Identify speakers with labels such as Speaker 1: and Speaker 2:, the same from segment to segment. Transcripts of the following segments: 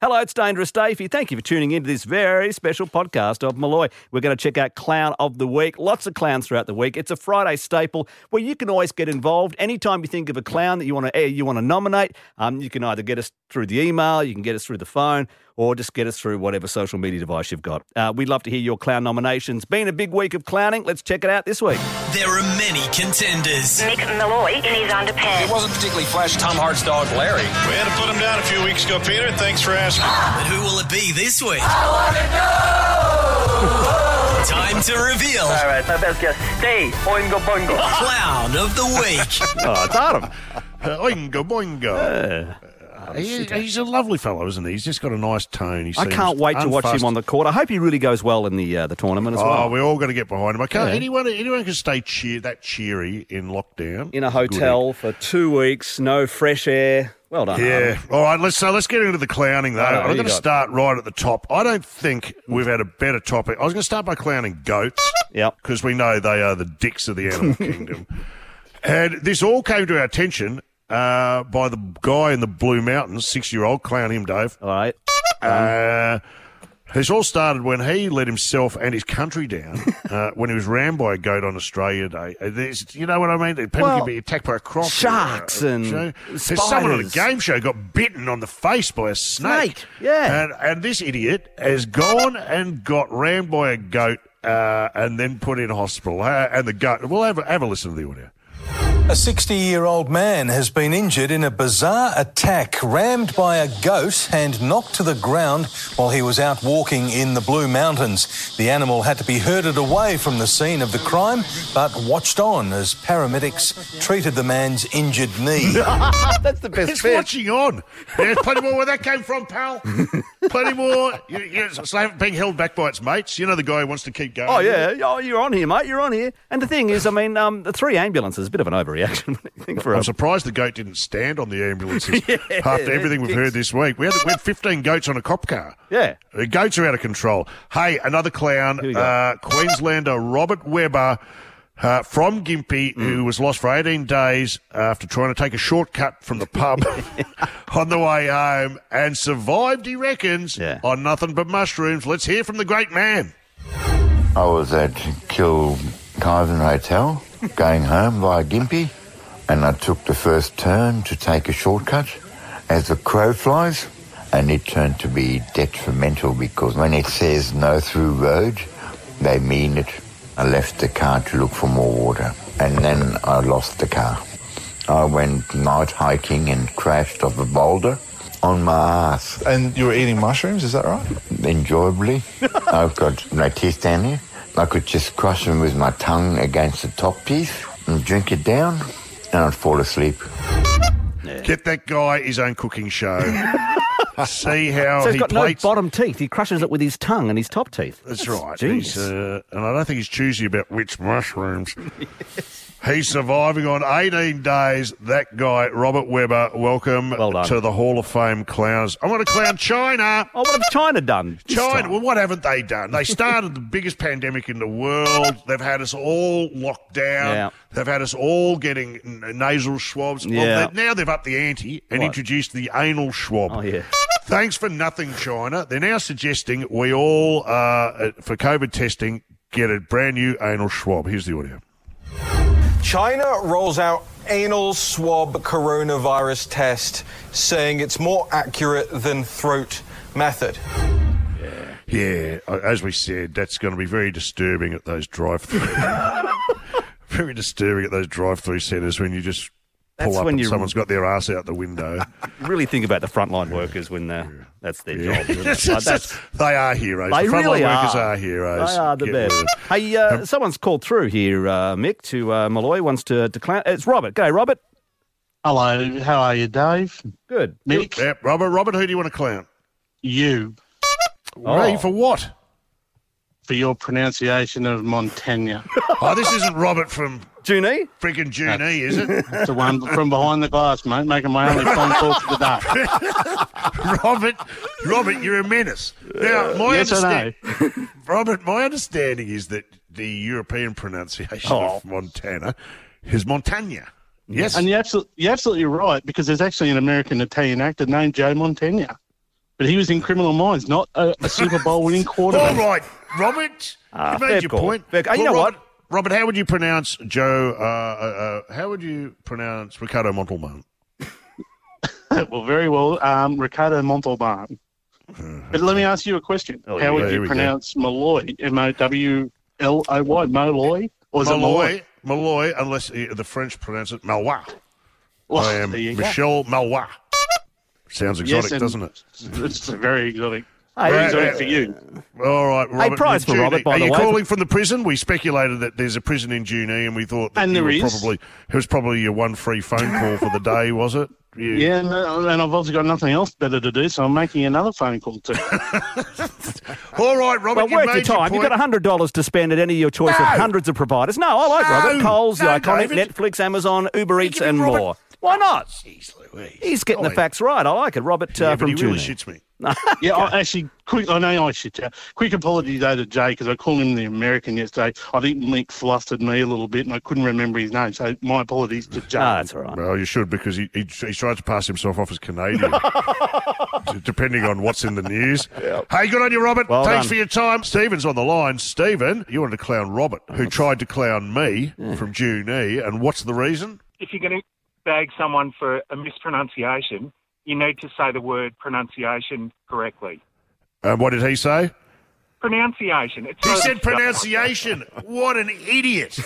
Speaker 1: Hello, it's Dangerous Davey. Thank you for tuning into this very special podcast of Malloy. We're going to check out Clown of the Week. Lots of clowns throughout the week. It's a Friday staple where you can always get involved. Anytime you think of a clown that you want to eh, you want to nominate, um, you can either get us through the email, you can get us through the phone, or just get us through whatever social media device you've got. Uh, we'd love to hear your clown nominations. Been a big week of clowning. Let's check it out this week.
Speaker 2: There are many contenders,
Speaker 3: Nick Malloy in his underpants.
Speaker 4: wasn't particularly flash. Tom Hart's dog, Larry.
Speaker 5: We had to put him down a few weeks ago, Peter. Thanks for asking.
Speaker 2: but who will it be this week? Time to reveal
Speaker 6: All right, my best guess. Stay, Oingo Boingo.
Speaker 2: Clown of the Week.
Speaker 1: Oh, it's Adam.
Speaker 5: Uh, oingo boingo. Uh, He- he's a lovely fellow, isn't he? He's just got a nice tone. He
Speaker 1: I
Speaker 5: seems
Speaker 1: can't wait to watch him
Speaker 5: unfussed.
Speaker 1: on the court. I hope he really goes well in the uh, the tournament as
Speaker 5: Oh,
Speaker 1: well.
Speaker 5: we're all going to get behind him. I can't.
Speaker 1: Yeah.
Speaker 5: Anyone, anyone can stay cheer that cheery in lockdown
Speaker 1: in a hotel for two weeks, no fresh air. Well done.
Speaker 5: Goody.
Speaker 1: Adam.
Speaker 5: Yeah. All right. Let's so let's get into the clowning though.
Speaker 1: All right,
Speaker 5: I'm
Speaker 1: Um, Uh, who you
Speaker 5: going to
Speaker 1: got?
Speaker 5: start right at the top. I don't think we've had a better topic. I was going to start by clowning goats.
Speaker 1: Yep.
Speaker 5: because we know they are the dicks of the animal kingdom. And this all came to our attention uh, by the guy in the Blue Mountains, six year old, clown him, Dave.
Speaker 1: All right.
Speaker 5: Uh, this all started when he let himself and his country down uh, when he was rammed by a goat on Australia Day. Uh, there's- you know what I mean? People
Speaker 1: Well,
Speaker 5: can be attacked by a croc. or, uh,
Speaker 1: sharks and
Speaker 5: show. There's someone on a
Speaker 1: spiders.
Speaker 5: game show got bitten on the face by a snake.
Speaker 1: Snake, yeah.
Speaker 5: And, and this idiot has gone and got rammed by a goat uh, and then put in hospital. Uh, and the goat. Well, have, a- have a listen to the audio.
Speaker 7: A 60 year old man has been injured in a bizarre attack rammed by a goat and knocked to the ground while he was out walking in the Blue Mountains. The animal had to be herded away from the scene of the crime but watched on as paramedics treated the man's injured knee.
Speaker 1: That's the best
Speaker 5: It's watching on. There's plenty more where that came from, pal. plenty more. You, you, it's like being held back by its mates. You know the guy who wants to keep going.
Speaker 1: Oh yeah, oh you're on here, mate. You're on here. And the thing is, I mean, um, the three ambulances, a bit of an overreaction I think for
Speaker 5: I'm
Speaker 1: us.
Speaker 5: surprised the goat didn't stand on the ambulances after everything we've heard this week. We had, we had 15 goats on a cop car.
Speaker 1: Yeah.
Speaker 5: The goats are out of control. Hey, another
Speaker 1: we
Speaker 5: clown, uh,
Speaker 1: got?
Speaker 5: Queenslander Robert Webber uh, from Gympie,
Speaker 1: Mm.
Speaker 5: who was lost for 18 days after trying to take a shortcut from the pub on the way home and survived, he reckons,
Speaker 1: Yeah.
Speaker 5: on nothing but mushrooms. Let's hear from the great man.
Speaker 8: I was at Kilkyvan Hotel, going home via Gympie, and I took the first turn to take a shortcut as the crow flies, and it turned to be detrimental because when it says no through road, they mean it. I left the car to look for more water, and then I lost the car. I went night hiking and crashed off a boulder on my ass
Speaker 9: And you were eating mushrooms, is that right?
Speaker 8: enjoyably. I've got no teeth down here. I could just crush them with my tongue against the top teeth and drink it down, and I'd fall asleep.
Speaker 5: Get that guy his own cooking show. See how
Speaker 1: So
Speaker 5: Oh, he
Speaker 1: he's got
Speaker 5: plates.
Speaker 1: no bottom teeth. He crushes it with his tongue and his top teeth.
Speaker 5: That's right.
Speaker 1: Genius.
Speaker 5: He's, uh, and I don't think he's choosy about which mushrooms. He's surviving on 18 days. That guy, Robert Webber, welcome
Speaker 1: Well done.
Speaker 5: to the Hall of Fame clowns. I want to clown China.
Speaker 1: oh, what have China done? this
Speaker 5: China,
Speaker 1: time?
Speaker 5: well, what haven't they done? They started the biggest pandemic in the world. They've had us all locked down.
Speaker 1: Yeah.
Speaker 5: They've had us all getting n- nasal swabs.
Speaker 1: Yeah.
Speaker 5: Well, they- now they've upped the ante and
Speaker 1: What?
Speaker 5: introduced the anal swab.
Speaker 1: Oh yeah.
Speaker 5: Thanks for nothing, China. They're now suggesting we all, uh, uh, for COVID testing, get a brand new anal swab. Here's the audio.
Speaker 7: China rolls out anal swab coronavirus test, saying it's more accurate than throat method.
Speaker 5: Yeah, uh, as we said, that's going to be very disturbing at those drive-through. very disturbing at those drive-through centres when you just pull
Speaker 1: That's
Speaker 5: up
Speaker 1: when
Speaker 5: and
Speaker 1: you-
Speaker 5: someone's got their ass out the window.
Speaker 1: Really think about the frontline workers when uh, that's their job. isn't it?
Speaker 5: It's
Speaker 1: Like,
Speaker 5: just-
Speaker 1: that's-
Speaker 5: they are heroes.
Speaker 1: They
Speaker 5: the frontline
Speaker 1: really
Speaker 5: workers
Speaker 1: are.
Speaker 5: are heroes.
Speaker 1: They are the
Speaker 5: Get
Speaker 1: best.
Speaker 5: rid of-
Speaker 1: Hey, uh, someone's called through here, uh, Mick, to uh, Malloy wants to, to clown. It's Robert. G'day, Robert.
Speaker 10: Hello, how are you, Dave?
Speaker 1: Good.
Speaker 10: Nick,
Speaker 5: Yeah, Robert, Robert, who do you want to clown?
Speaker 10: you
Speaker 1: Oh.
Speaker 5: Ray, for what?
Speaker 10: for your pronunciation of Montagna,
Speaker 5: Oh, this isn't Robert from
Speaker 1: Junie?
Speaker 5: freaking June E, is it?
Speaker 10: the one from behind the glass, mate, making my only phone call for the day.
Speaker 5: Robert, Robert, you're a menace. Now, my
Speaker 10: Yes, I
Speaker 5: understanding, Robert, my understanding is that the European pronunciation of Montana is Montagna. Yes,
Speaker 10: And you're absolutely, you're absolutely right because there's actually an American Italian actor named Joe Montagna. But he was in criminal minds, not uh, a, a Super Bowl winning
Speaker 5: All
Speaker 10: quarterback.
Speaker 5: right, Robert.
Speaker 1: Ah,
Speaker 5: you
Speaker 1: fair
Speaker 5: made your
Speaker 1: call.
Speaker 5: point.
Speaker 1: Fair- uh, you know
Speaker 5: Robert,
Speaker 1: what?
Speaker 5: Robert, how would you pronounce Joe? Uh, uh, uh, how would you pronounce Ricardo Montalban?
Speaker 10: well, very well. Um, Ricardo Montalban. but let me ask you a question.
Speaker 5: Oh,
Speaker 10: How
Speaker 5: yeah,
Speaker 10: would
Speaker 5: here
Speaker 10: you
Speaker 5: we go.
Speaker 10: pronounce Malloy? M O W L O Y. Molloy? Or is it Malloy?
Speaker 5: Malloy, Malloy, unless uh, the French pronounce it Malwa.
Speaker 8: Oh,
Speaker 10: Well,
Speaker 5: I am
Speaker 10: there you go.
Speaker 5: Michelle Malwa. Sounds exotic,
Speaker 10: and-
Speaker 5: doesn't it?
Speaker 10: It's very exotic.
Speaker 1: Hey,
Speaker 10: Very
Speaker 5: Right.
Speaker 10: exotic for you.
Speaker 5: All right, Robert. you're
Speaker 1: prize for
Speaker 5: Junee.
Speaker 1: Robert, by
Speaker 5: Are
Speaker 1: the
Speaker 5: you
Speaker 1: way.
Speaker 5: calling from the prison? We speculated that there's a prison in Junee, and we thought that
Speaker 10: And
Speaker 5: you
Speaker 10: there
Speaker 5: were
Speaker 10: is.
Speaker 5: probably it was probably your one free phone call for the day, was it? You-
Speaker 10: Yeah, and, uh, and I've also got nothing else better to do, so I'm making another phone call too.
Speaker 5: All right, Robert.
Speaker 1: well,
Speaker 5: you
Speaker 1: worth your
Speaker 5: made
Speaker 1: time. You've
Speaker 5: point.
Speaker 1: got $100 to spend at any of your choice of hundreds of providers. No, I like Robert.
Speaker 5: No,
Speaker 1: Coles,
Speaker 5: no,
Speaker 1: the iconic
Speaker 5: David.
Speaker 1: Netflix, Amazon, Uber Eats,
Speaker 5: giving
Speaker 1: and
Speaker 5: Robert-
Speaker 1: more. Why not?
Speaker 5: Jeez Louise.
Speaker 1: He's getting the
Speaker 5: Golly.
Speaker 1: facts right. I like it. Robert uh,
Speaker 5: Yeah, but
Speaker 1: from
Speaker 5: he really
Speaker 1: Junee.
Speaker 5: shits me.
Speaker 10: yeah, I, actually, quick, I know I should. Uh, quick apology though to Jay because I called him the American yesterday. I think Link flustered me a little bit, and I couldn't remember his name. So my apologies to Jay.
Speaker 1: No, it's all right.
Speaker 5: Well, you should because he, he he's tried to pass himself off as Canadian, d- depending on what's in the news. Hey, good on you, Robert.
Speaker 1: Well
Speaker 5: Thanks
Speaker 1: done.
Speaker 5: for your time. Stephen's on the line. Stephen, you wanted to clown Robert, who tried to clown me from Junee, and what's the reason?
Speaker 11: if you're going to bag someone for a mispronunciation, you need to say the word pronunciation correctly.
Speaker 5: And what did he say?
Speaker 11: Pronunciation. It's
Speaker 5: He
Speaker 11: not-
Speaker 5: said pronunciation. What an idiot!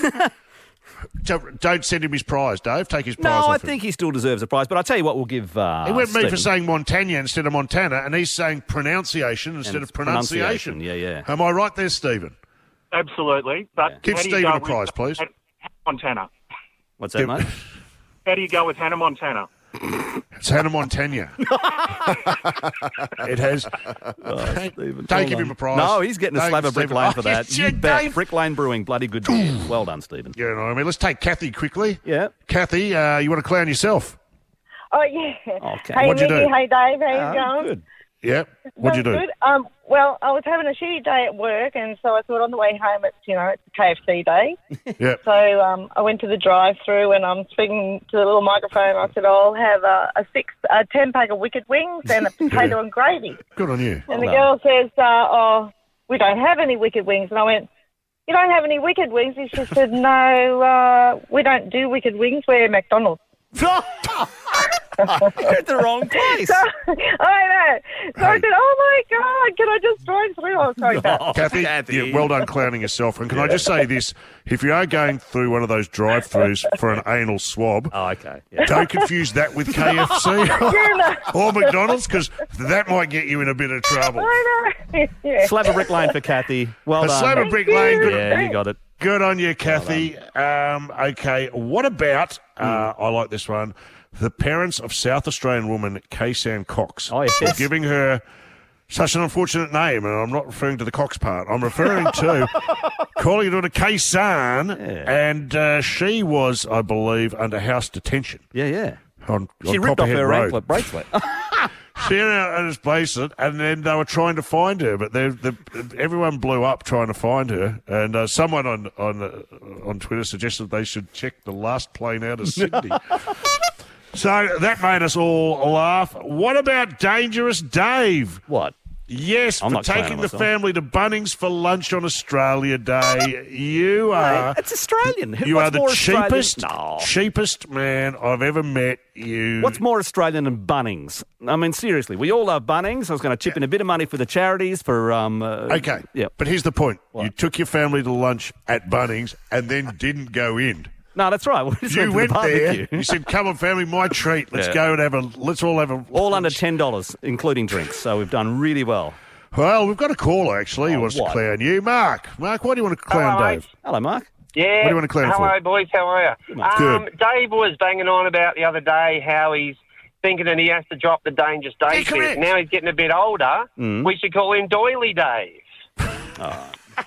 Speaker 5: don't, don't send him his prize, Dave. Take his prize.
Speaker 1: No,
Speaker 5: off
Speaker 1: I
Speaker 5: him.
Speaker 1: think he still deserves a prize, but I'll tell you what, we'll give. Uh,
Speaker 5: He went me for
Speaker 1: Stephen-
Speaker 5: saying Montagna instead of Montana, and he's saying pronunciation instead
Speaker 1: And
Speaker 5: of pronunciation.
Speaker 1: pronunciation, yeah, yeah.
Speaker 5: Am I right there, Stephen?
Speaker 11: Absolutely. But
Speaker 5: Give
Speaker 11: how do you
Speaker 5: Stephen
Speaker 11: go
Speaker 5: a
Speaker 11: with
Speaker 5: prize, please.
Speaker 11: Hannah Montana.
Speaker 1: What's that, mate?
Speaker 11: How do you go with Hannah Montana?
Speaker 5: It's Hannah Montagna. it has.
Speaker 1: Uh,
Speaker 5: Don't give him a prize.
Speaker 1: No, he's getting a
Speaker 5: Don't,
Speaker 1: slab of Brick
Speaker 5: Stephen.
Speaker 1: Lane for
Speaker 5: Oh,
Speaker 1: that.
Speaker 5: yes,
Speaker 1: You
Speaker 5: yeah,
Speaker 1: bet.
Speaker 5: Dave.
Speaker 1: Brick Lane Brewing, bloody good beer. Well done, Stephen.
Speaker 5: You know what I mean? Let's take Kathy quickly.
Speaker 1: Yeah.
Speaker 5: Kathy, uh, you want to clown yourself?
Speaker 12: Oh yeah.
Speaker 1: Okay.
Speaker 12: Hey
Speaker 5: What'd you
Speaker 12: Mickey,
Speaker 5: do?
Speaker 12: hey Dave, how you
Speaker 1: Ah,
Speaker 12: going?
Speaker 1: good.
Speaker 5: Yeah. What'd you do?
Speaker 12: Sounds Good. Um, well, I was having a shitty day at work, and so I thought on the way home, it's you know it's KFC day,
Speaker 5: Yeah.
Speaker 12: so um, I went to the drive-through, and I'm speaking to the little microphone. I said, "I'll have a, a six, a ten pack of wicked wings and a potato and gravy."
Speaker 5: Good on you.
Speaker 12: And the
Speaker 1: Well
Speaker 12: girl says, uh, "Oh, we don't have any wicked wings." And I went, "You don't have any wicked wings?" And she said, "No, uh, we don't do wicked wings. We're McDonald's."
Speaker 1: You're at the wrong place.
Speaker 12: I know. So I
Speaker 5: Hey.
Speaker 12: said, "Oh my god, can I just drive through?" I'm sorry, Dad.
Speaker 1: Oh,
Speaker 5: Kathy, yeah, well done clowning yourself. And can I just say this? If you are going through one of those drive-throughs for an anal swab,
Speaker 1: Oh, okay. Yeah.
Speaker 5: don't confuse that with KFC or McDonald's because that might get you in a bit of trouble.
Speaker 12: I know. yeah.
Speaker 1: Slab of Brick Lane for Kathy. Well
Speaker 5: A
Speaker 1: done.
Speaker 5: slab of brick lane. Good,
Speaker 1: Yeah, you got it.
Speaker 5: good on you, Kathy. Um, okay, what about? Uh,
Speaker 1: Hmm.
Speaker 5: I like this one. The parents of South Australian woman Kaysan Cox
Speaker 1: Oh, yes.
Speaker 5: for giving her such an unfortunate name, and I'm not referring to the Cox part. I'm referring to calling it a Kaysan, and uh, she was, I believe, under house detention
Speaker 1: Yeah, yeah.
Speaker 5: on,
Speaker 1: She
Speaker 5: on
Speaker 1: ripped off
Speaker 5: Copperhead
Speaker 1: her
Speaker 5: Road.
Speaker 1: anklet bracelet.
Speaker 5: She went out and just placed it, and then they were trying to find her, but they, the, everyone blew up trying to find her. And uh, someone on on uh, on Twitter suggested they should check the last plane out of Sydney. so that made us all laugh. What about Dangerous Dave?
Speaker 1: what?
Speaker 5: Yes,
Speaker 1: I'm
Speaker 5: for
Speaker 1: not clowning
Speaker 5: taking the
Speaker 1: myself.
Speaker 5: family to Bunnings for lunch on Australia Day. You are.
Speaker 1: It's Australian. Who-
Speaker 5: Uh, You
Speaker 1: what's
Speaker 5: are the
Speaker 1: more Australian-
Speaker 5: cheapest,
Speaker 1: No.
Speaker 5: cheapest man I've ever met. You.
Speaker 1: What's more Australian than Bunnings? I mean, seriously, we all love Bunnings. I was going to chip in a bit of money for the charities for. Um, uh,
Speaker 5: Okay.
Speaker 1: Yep.
Speaker 5: But here's the point. You took your family to lunch at Bunnings and then didn't go in.
Speaker 1: No, that's right. We just
Speaker 5: You
Speaker 1: went
Speaker 5: went
Speaker 1: to the barbecue.
Speaker 5: there. You said, "Come on, family, my treat. Let's go and have a. Let's all have a."
Speaker 1: All under
Speaker 5: lunch."
Speaker 1: ten dollars, including drinks. So we've done really well.
Speaker 5: Well, we've got a caller actually who
Speaker 1: Oh,
Speaker 5: wants
Speaker 1: what?
Speaker 5: to clown you, Mark. Mark, why do you want to clown
Speaker 11: Hello,
Speaker 5: Dave?
Speaker 1: Hello, Mark.
Speaker 11: Yeah.
Speaker 5: What do you want to clear it
Speaker 11: Hello,
Speaker 5: for?
Speaker 11: boys. How are you? Um,
Speaker 5: Good.
Speaker 11: Dave was banging on about the other day how he's thinking that he has to drop the Dangerous Day
Speaker 5: Yeah,
Speaker 11: bit.
Speaker 5: correct.
Speaker 11: Now he's getting a bit older. We should call him Doily Dave.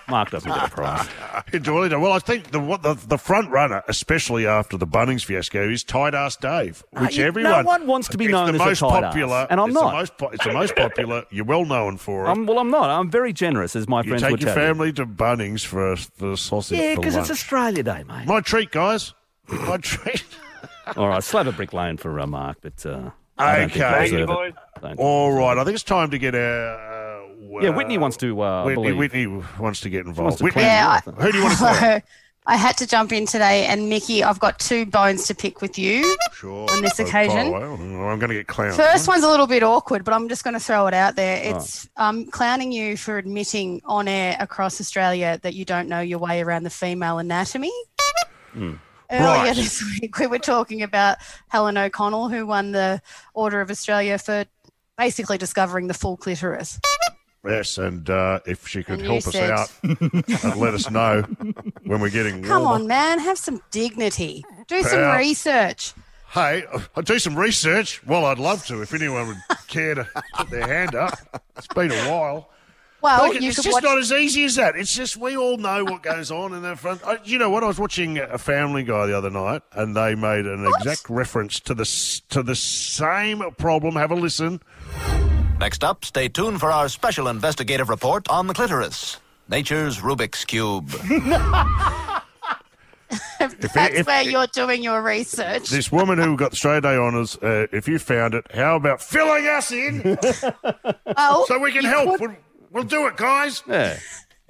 Speaker 1: Mark doesn't get a prize.
Speaker 5: Dooley, Well, I think the, what the the front runner, especially after the Bunnings fiasco, is Tight Ass Dave, which
Speaker 1: Ah, you- no
Speaker 5: everyone
Speaker 1: one wants to be
Speaker 5: it's
Speaker 1: known
Speaker 5: the
Speaker 1: as a
Speaker 5: most
Speaker 1: tight ass,
Speaker 5: popular,
Speaker 1: and I'm
Speaker 5: it's
Speaker 1: not.
Speaker 5: The most, po- it's the most popular. You're well known for it.
Speaker 1: I'm, well, I'm not. I'm very generous, as my
Speaker 5: you
Speaker 1: friends would
Speaker 5: take your
Speaker 1: tell you.
Speaker 5: family to Bunnings for for sausage.
Speaker 1: Yeah,
Speaker 5: for
Speaker 1: because it's
Speaker 5: lunch.
Speaker 1: Australia Day, mate.
Speaker 5: My treat, guys. My treat.
Speaker 1: All right, slab a brick lane for uh, Mark, but uh, I don't think
Speaker 5: Okay.
Speaker 1: I
Speaker 11: Thank
Speaker 1: deserve
Speaker 11: you,
Speaker 1: it.
Speaker 11: boys.
Speaker 5: All right, I think it's time to get a. Uh,
Speaker 1: Yeah, Whitney wants to. Uh, I
Speaker 5: Whitney,
Speaker 1: believe.
Speaker 5: Whitney wants to get
Speaker 1: wants
Speaker 5: involved.
Speaker 1: to
Speaker 5: Whitney,
Speaker 1: clean Yeah,
Speaker 13: I-
Speaker 5: who do you want to play?
Speaker 13: So, I had to jump in today, and Mickey, I've got two bones to pick with you
Speaker 5: Sure.
Speaker 13: on this
Speaker 5: Oh,
Speaker 13: occasion.
Speaker 5: oh, well, I'm going to get clowned.
Speaker 13: First one's a little bit awkward, but I'm just going to throw it out there. It's um, clowning you for admitting on air across Australia that you don't know your way around the female anatomy.
Speaker 5: Hmm.
Speaker 13: Earlier
Speaker 14: Right.
Speaker 13: this week, we were talking about Helen O'Connell, who won the Order of Australia for basically discovering the full clitoris.
Speaker 5: Yes, and uh, if she could
Speaker 13: And you
Speaker 5: help us
Speaker 13: said-
Speaker 5: out and let us know when we're getting
Speaker 13: Come
Speaker 5: warmer.
Speaker 13: on, man, have some dignity. Do some
Speaker 5: Yeah.
Speaker 13: research.
Speaker 5: Hey, I'd do some research. Well, I'd love to if anyone would care to put their hand up. It's been a while.
Speaker 13: Well,
Speaker 5: Look,
Speaker 13: you
Speaker 5: it's
Speaker 13: could
Speaker 5: just
Speaker 13: watch-
Speaker 5: not as easy as that. It's just we all know what goes on in the front. I, you know what? I was watching a Family Guy the other night, and they made an exact reference to the s- to the same problem. Have a listen.
Speaker 15: Next up, stay tuned for our special investigative report on the clitoris, nature's Rubik's Cube.
Speaker 5: If,
Speaker 13: That's
Speaker 5: if-
Speaker 13: where you're doing your research.
Speaker 5: this woman who got the straight A honours, uh, if you found it, how about filling us in
Speaker 13: Oh,
Speaker 5: so we can
Speaker 13: you
Speaker 5: help?
Speaker 13: could-
Speaker 5: We'll, we'll do it, guys.
Speaker 1: Yeah.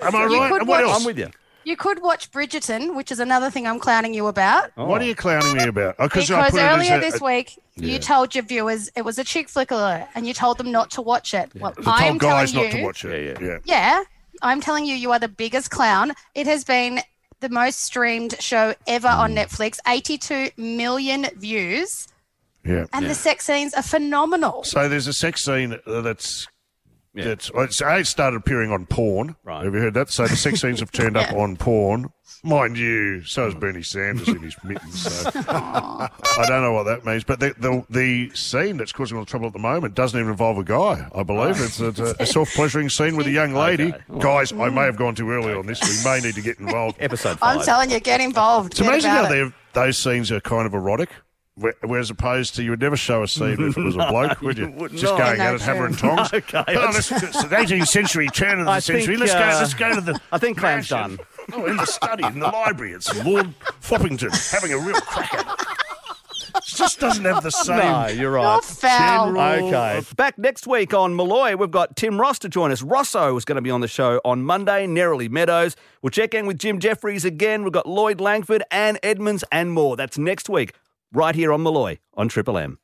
Speaker 5: Am I
Speaker 13: You
Speaker 5: right?
Speaker 13: could
Speaker 5: And what
Speaker 13: watch-
Speaker 5: else?
Speaker 13: I'm with
Speaker 1: you.
Speaker 13: You could watch Bridgerton, which is another thing I'm clowning you about.
Speaker 5: What are you clowning me about? Oh,
Speaker 13: Because
Speaker 5: I put it as
Speaker 13: earlier
Speaker 5: a-
Speaker 13: this
Speaker 5: a-
Speaker 13: week,
Speaker 5: Yeah.
Speaker 13: you told your viewers it was a chick flick alert and you told them not to watch it. Well,
Speaker 5: I
Speaker 13: I'm
Speaker 5: told guys
Speaker 13: telling
Speaker 5: not
Speaker 13: you,
Speaker 5: to watch it. Yeah, yeah.
Speaker 13: Yeah, I'm telling you, you are the biggest clown. It has been the most streamed show ever on
Speaker 5: Mm.
Speaker 13: Netflix, 82 million views,
Speaker 5: Yeah.
Speaker 13: and the sex scenes are phenomenal.
Speaker 5: So there's a sex scene uh, that's that's well, it's, it started appearing on porn. Right. Have you heard that? So the sex scenes have turned up on porn. Mind you, so is Bernie Sanders in his mittens. So. I don't know what that means, but the, the the scene that's causing all the trouble at the moment doesn't even involve a guy. I believe it's a, a self pleasuring scene with a young lady.
Speaker 1: Mm.
Speaker 5: Guys, I may have gone too early on this. We may need to get involved.
Speaker 1: Episode
Speaker 13: I'm telling you, get involved.
Speaker 5: It's
Speaker 13: Get
Speaker 5: amazing
Speaker 13: about
Speaker 5: how
Speaker 13: it.
Speaker 5: they those scenes are kind of erotic. where- Whereas opposed to you would never show a scene if it was a bloke, would you?
Speaker 1: you would
Speaker 5: Just
Speaker 1: not.
Speaker 5: going
Speaker 1: No,
Speaker 5: at it, hammer and tongs.
Speaker 1: Okay.
Speaker 5: Oh, let's- it's the 18th century, turn of the
Speaker 1: I
Speaker 5: century.
Speaker 1: think,
Speaker 5: let's go.
Speaker 1: uh,
Speaker 5: Let's go to the.
Speaker 1: I think Clam's done.
Speaker 5: Oh, in the study, in the library, it's Lord Foppington having a real crack at it. It just doesn't have the same.
Speaker 1: No, you're right. You're
Speaker 13: foul.
Speaker 5: general-
Speaker 1: Okay. Back next week on Malloy, we've got Tim Ross to join us. Rosso is going to be on the show on Monday, Nerily Meadows. We'll check in with Jim Jeffries again. We've got Lloyd Langford, Anne Edmonds, and more. That's next week, right here on Malloy on Triple M.